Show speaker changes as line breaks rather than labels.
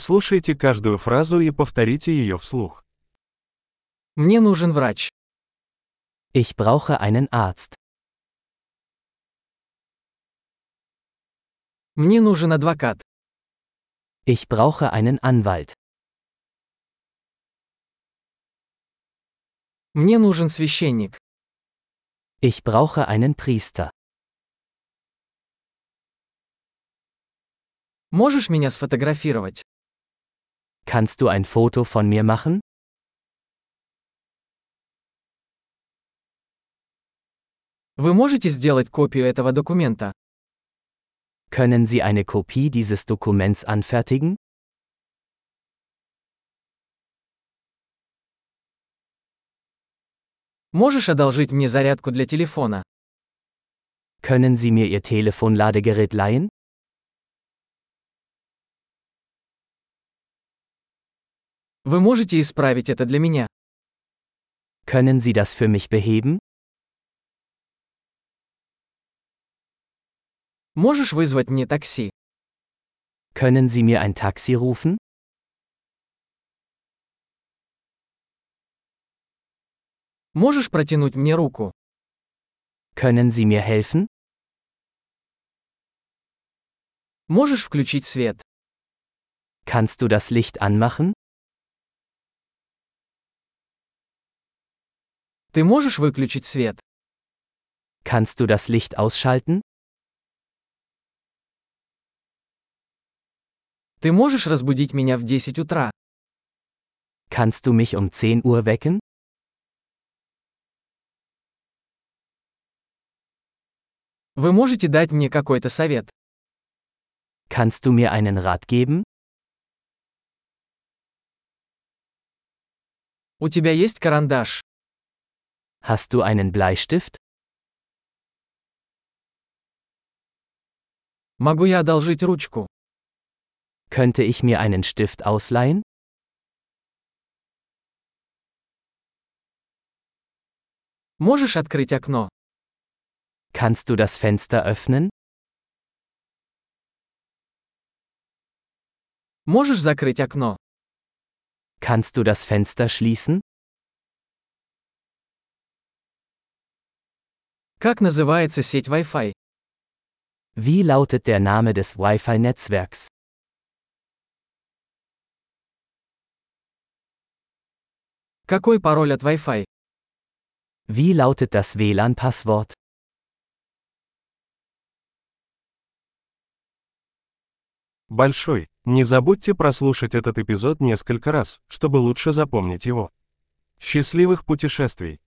Прослушайте каждую фразу и повторите ее вслух.
Мне нужен врач.
Ich brauche einen Arzt.
Мне нужен адвокат.
Ich brauche einen Anwalt.
Мне нужен священник.
Ich brauche einen Priester.
Можешь меня сфотографировать?
Kannst du ein Foto von mir machen?
Вы можете сделать копию этого документа?
Können Sie eine Kopie dieses Dokuments anfertigen?
Можешь одолжить мне зарядку для телефона?
Können Sie mir Ihr Telefonladegerät leihen?
Вы можете исправить это для меня?
Können Sie das für mich beheben?
Можешь вызвать мне такси?
Können Sie mir ein Taxi rufen?
Можешь протянуть мне руку?
Können Sie mir helfen?
Можешь включить свет?
Kannst du das Licht anmachen?
Ты можешь выключить свет?
Kannst du das Licht ausschalten?
Ты можешь разбудить меня в 10 утра?
Kannst du mich um 10 Uhr wecken?
Вы можете дать мне какой-то совет?
Kannst du mir einen Rat geben?
У тебя есть карандаш?
Hast du einen Bleistift?
Могу я одолжить ручку?
Könnte ich mir einen Stift ausleihen?
Можешь открыть окно?
Kannst du das Fenster öffnen?
Можешь закрыть окно?
Kannst du das Fenster schließen?
Как называется сеть Wi-Fi?
Wie lautet der Name des Wi-Fi-Netzwerks?
Какой пароль от Wi-Fi?
Wie lautet das WLAN-Passwort?
Большой. Не забудьте прослушать этот эпизод несколько раз, чтобы лучше запомнить его. Счастливых путешествий!